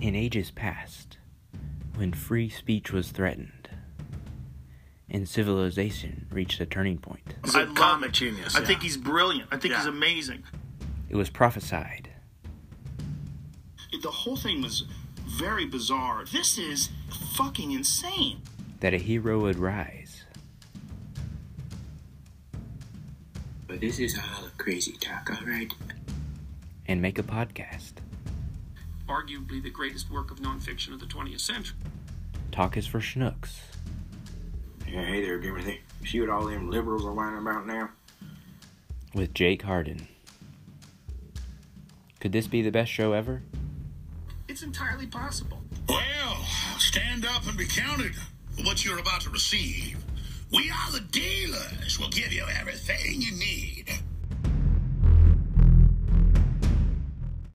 In ages past, when free speech was threatened and civilization reached a turning point, He's I a love comic him. genius. I yeah. think he's brilliant. I think he's Yeah. amazing. it was prophesied The whole thing was very bizarre. This is fucking insane. that a hero would rise But this is all crazy talk, alright? and make a podcast. arguably the greatest work of nonfiction of the 20th century. Talk is for schnooks. Yeah, hey there, Gimmerly. See what all them liberals are whining about now? with Jake Harden. Could this be the best show ever? It's entirely possible. Well, stand up and be counted for what you're about to receive. We are the dealers. We'll give you everything you need.